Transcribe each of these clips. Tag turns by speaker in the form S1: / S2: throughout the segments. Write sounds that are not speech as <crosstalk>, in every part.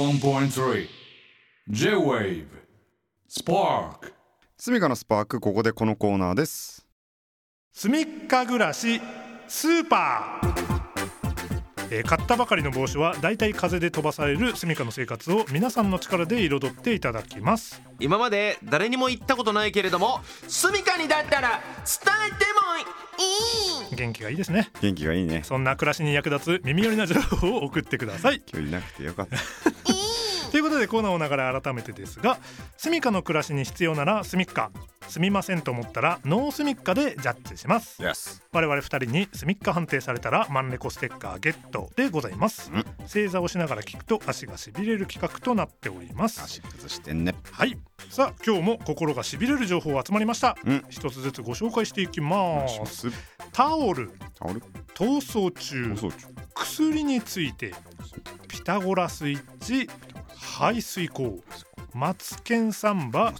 S1: 81.3 J-Wave Spark
S2: スミカのスパークここでこのコーナーです
S3: すみっか暮らしスーパー、えー買ったばかりの帽子はだいたい風で飛ばされるすみかの生活を皆さんの力で彩っていただきます
S4: 今まで誰にも言ったことないけれども住みかにだったら伝えてもいい
S3: 元気がいいですね
S2: 元気がいいね
S3: そんな暮らしに役立つ耳寄りな情報を送ってください
S2: 今日いなくてよかった
S3: ということでコーナーをながら改めてですがスミカの暮らしに必要ならスミッカすみませんと思ったらノースミッカでジャッジします我々2人にスミッカ判定されたらマンレコステッカーゲットでございます正座をしながら聞くと足がしびれる企画となっております
S2: 足崩してんね
S3: はいさあ今日も心がしびれる情報集まりました、
S2: うん
S3: 一つずつご紹介していきま
S2: す
S3: すタオル
S2: あれ
S3: 逃走中
S2: おそう
S3: 薬についてピタゴラスイッチ排水口マツケンサンバ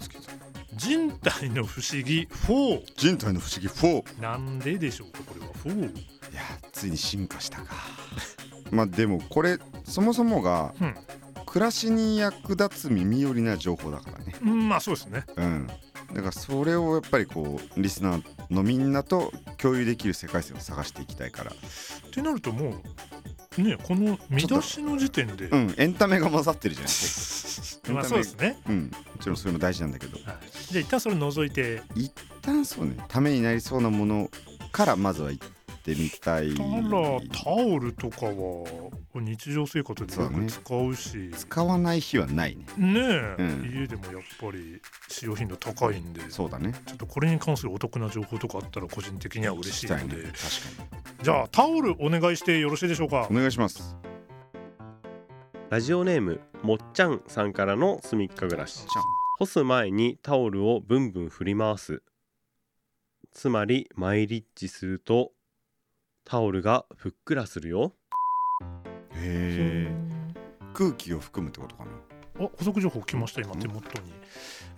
S3: 人体の不思議4
S2: 人体の不思議4
S3: なんででしょうかこれは4
S2: いやついに進化したか <laughs> まあでもこれそもそもが
S3: うん
S2: 暮らしに役立つ耳寄りな情報だからね
S3: うんまあそうですね
S2: うんだからそれをやっぱりこうリスナーのみんなと共有できる世界線を探していきたいから
S3: ってなるともうねこの見出しの時点で、
S2: うんエンタメが混ざってるじゃない
S3: まあそうですね、
S2: うんもちろんそういうの大事なんだけど
S3: はい、じゃあ一旦それ除いて
S2: 一旦そうねためになりそうなものからまずは行ってみたい
S3: たらタオルとかは日常生活でよく使うし
S2: 使わない日はないね
S3: ねえ、
S2: うん
S3: 家でもやっぱり使用頻度高いんでちょ
S2: そうだね
S3: っとこれに関するお得な情報とかあったら個人的には嬉しい
S2: したい
S3: の
S2: ね
S3: で、
S2: 確か
S3: じゃあタオルお願いしてよろしいでしょうか
S2: にお願いします
S5: ラジオネームもっちゃんさんからのすみっか暮らし
S2: じゃあ
S5: 干す前にタオルをブンブン振り回すつまり前リッチするとタオルがふっくらするよ
S2: へえ空気を含むってことかな
S3: あ補足情報来ました今手元に、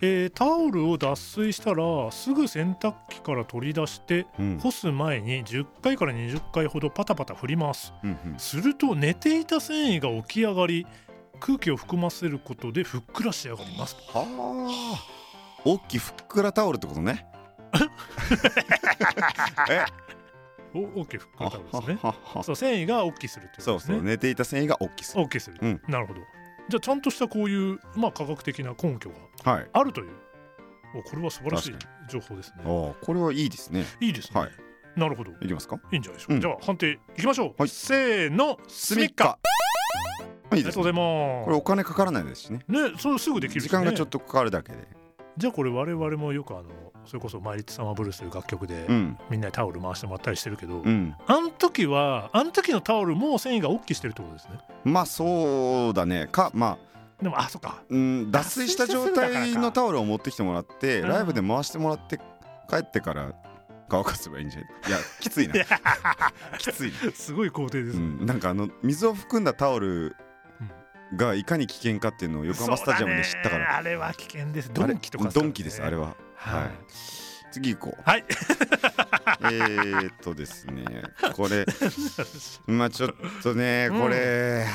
S3: えータオルを脱水したらすぐ洗濯機から取り出して
S2: うん
S3: 干す前に10回から20回ほどパタパタ振ります
S2: うんうん
S3: すると寝ていた繊維が起き上がり空気を含ませることでふっくら仕上がります
S2: はあ大きいふっくらタオルってことね
S3: お OK ふっくらタオルですね
S2: ははは
S3: そう繊維が OK するってこと
S2: そう
S3: です
S2: そう
S3: ね
S2: 寝ていた繊維が大きす
S3: OK する、
S2: うん
S3: なるほどじゃあちゃんとしたこういう、まあ、科学的な根拠が
S2: はい
S3: あるというおこれは素晴らしい
S2: 確か
S3: 情報です
S2: あ
S3: ね
S2: あこれはいいですね
S3: いいですね、
S2: はい
S3: なるほど
S2: いきますか
S3: いいんじゃないでしょうか、
S2: うん
S3: じゃあ判定いきましょう、
S2: はい
S3: せーのスミッカ
S2: いい
S3: あり
S2: で
S3: が
S2: す
S3: とう
S2: ね
S3: ございます
S2: これお金かからないですしね
S3: ね、そうすぐできるし、ね、
S2: 時間がちょっとかかるだけで
S3: じゃあこれ我々もよくあのそれこそ「毎日サマーブルース」という楽曲で、
S2: うん
S3: みんなにタオル回してもらったりしてるけど、
S2: うん
S3: あん時はあん時のタオルも繊維が大きいしてるってことですね
S2: まあそうだねかまあ
S3: でもあそっか
S2: うん、脱水した状態のタオルを持ってきてもらって
S3: うん
S2: ライブで回してもらって帰ってから乾かせばいいんじゃ
S3: <laughs>
S2: ないいやきついなきついな、
S3: すごい工程で
S2: う
S3: す、ね
S2: ん、なんかあの水を含んだタオルがいかに危険かっていうのを横浜スタジアムで知ったから
S3: そうだねあれは危険ですドンキとか
S2: あれドンキですあれ
S3: は
S2: は
S3: は
S2: はいい次行こう
S3: はい
S2: えーっとですねこれ <laughs>
S3: <laughs>
S2: まあちょっとねこれ、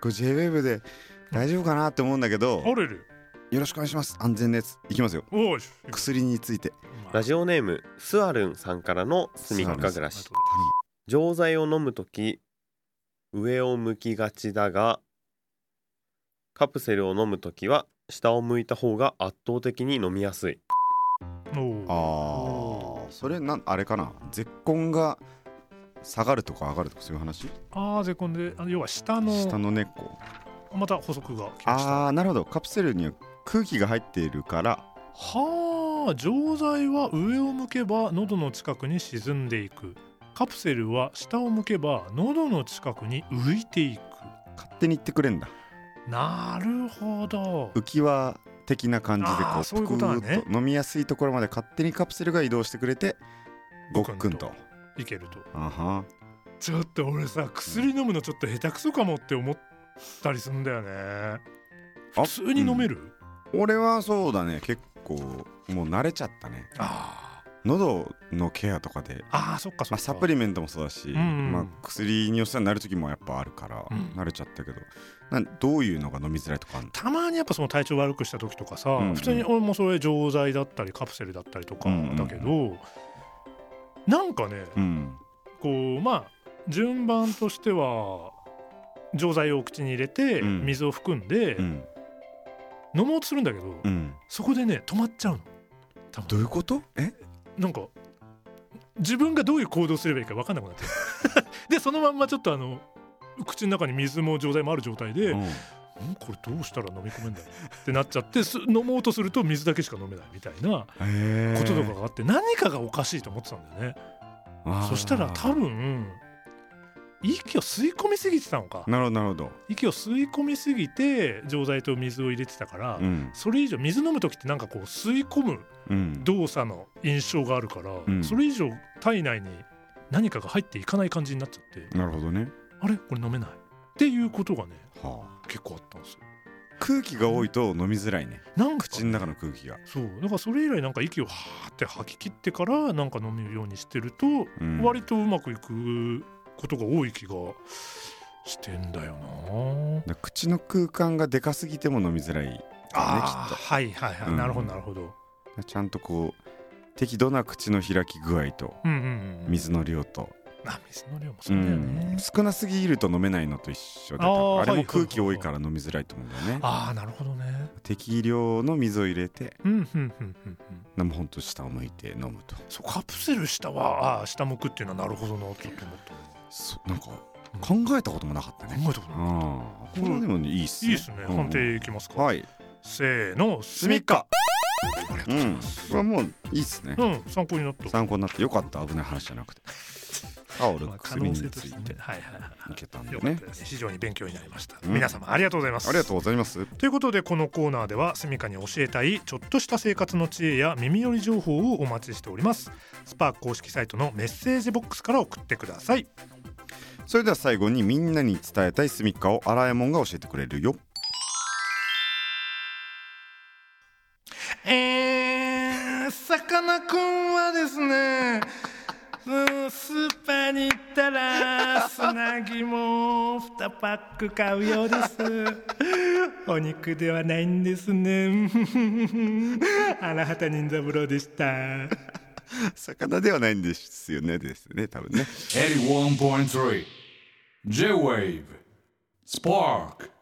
S2: これ JWAVE で大丈夫かなって思うんだけど
S3: あれる
S2: よろしくお願いします安全なやついきますよ
S3: おい
S2: 薬について
S5: ラジオネームスアルンさんからのすみっか暮らし錠剤を飲むとき上を向きがちだがカプセルを飲むときは下を向いた方が圧倒的に飲みやすい
S3: お
S2: あ
S3: お
S2: ーそれなんあれかな絶根が下がるとか上がるとかそういう話
S3: あーゼコンであの要は下の
S2: 下の根っこ
S3: また補足が来ました
S2: ああなるほどカプセルには空気が入っているから
S3: はあ錠剤は上を向けば喉の近くに沈んでいくカプセルは下を向けば喉の近くに浮いていく
S2: 勝手に行ってくれんだ
S3: なるほど
S2: 浮き輪的な感じで
S3: あ
S2: こ
S3: ー
S2: う
S3: そういうことだね
S2: ぷくーっと飲みやすいところまで勝手にカプセルが移動してくれてごっくんと
S3: いけると
S2: あは
S3: ちょっと俺さ薬飲むのちょっと下手くそかもって思ったりすんだよね
S2: あ
S3: 普通に飲める、
S2: 俺はそうだね結構もう慣れちゃったね
S3: あ
S2: 喉のケアとかで、
S3: ああそっかそ
S2: ま
S3: っか、
S2: あ、サプリメントもそうだし、
S3: んうん
S2: まあ、薬にお世話になる時もやっぱあるから、
S3: うん
S2: 慣れちゃったけどなんどういうのが飲みづらいとかあるの
S3: たまにやっぱその体調悪くした時とかさ、
S2: うんうん
S3: 普通に俺もそれ錠剤だったりカプセルだったりとか
S2: うんうん
S3: だけど、なんかね
S2: うん
S3: こうまあ順番としては錠剤を口に入れて
S2: うん
S3: 水を含んで
S2: うん
S3: 飲もうとするんだけど、
S2: うん
S3: そこでね止まっちゃうの
S2: どういうことえ
S3: なんか自分がどういう行動すればいいか分かんなく
S2: <laughs>
S3: なってるでそのまんまちょっとあの口の中に水も錠剤もある状態で、
S2: うん
S3: んこれどうしたら飲み込めんだろうってなっちゃってす飲もうとすると水だけしか飲めないみたいな
S2: へー
S3: こととかがあって何かがおかしいと思ってたんだよね
S2: あー
S3: そしたら多分息を吸い込みすぎてたのか
S2: なるほどなるほど、
S3: 息を吸い込みすぎて錠剤と水を入れてたから、
S2: うん
S3: それ以上水飲む時ってなんかこう吸い込む
S2: うん、
S3: 動作の印象があるから、
S2: うん
S3: それ以上体内に何かが入っていかない感じになっちゃって、
S2: なるほどね、
S3: あれこれ飲めないっていうことがね
S2: は
S3: 結構あったんですよ
S2: あ、空気が多いと飲みづらいね
S3: なんか
S2: 口の中の空気が
S3: そうだからそれ以来なんか息をはーって吐き切ってからなんか飲むようにしてると、
S2: うん
S3: 割とうまくいくことが多い気がしてんだよな
S2: だから口の空間がでかすぎても飲みづらいんだよね
S3: あ
S2: き
S3: ー
S2: っ
S3: はいはいはい、
S2: うん
S3: なるほどなるほど
S2: とちゃんとこう適度な口の開き具合と
S3: うんうん、うん、
S2: 水の量と、
S3: あ水の量も
S2: う
S3: そうだよね、
S2: ん、少なすぎると飲めないのと一緒で
S3: あー
S2: 多分あれ
S3: は
S2: も
S3: いはいはい
S2: 空気多いから飲みづらいと思うんだよね、
S3: ああなるほどね
S2: 適量の水を入れて
S3: うんうんうんうんうん
S2: でもほんと下を向いて飲むと
S3: そうカプセル下はあー下向くっていうのはなるほどなちょっと思った
S2: そうなんか考えたこともなかったね
S3: 考えたことない
S2: ああこれはでもねいいっす
S3: いいですね、
S2: うん
S3: 判定いきますか、
S2: はい
S3: せーのす
S2: みっか
S3: ありがと
S2: う
S3: うござい
S2: ん
S3: ま
S2: こ
S3: す
S2: れはもういいっすね
S3: うん、参考になった
S2: 参考になってよかった危ない話じゃなくてタオル
S3: まあ可
S2: 薬
S3: 能
S2: に
S3: 性
S2: つ
S3: とし
S2: い
S3: て
S2: て
S3: ねはいはいはい
S2: いけたんで
S3: よかっ
S2: ね
S3: たです非常に勉強になりました、
S2: うん
S3: 皆様ありがとうございます
S2: ありがとうございます
S3: ということでこのコーナーではスミカに教えたいちょっとした生活の知恵や耳寄り情報をお待ちしておりますスパーク公式サイトのメッセージボックスから送ってください
S2: それでは最後にみんなに伝えたいスミッカをアラえもんが教えてくれるよ
S3: えー、さかなクンはですね、うん、スーパーに行ったら砂肝を2パック買うようですお肉ではないんですね <laughs> 荒畑任三郎でした
S2: 魚ではないんですよねですね多分ね
S1: 81.3 J-Wave Spark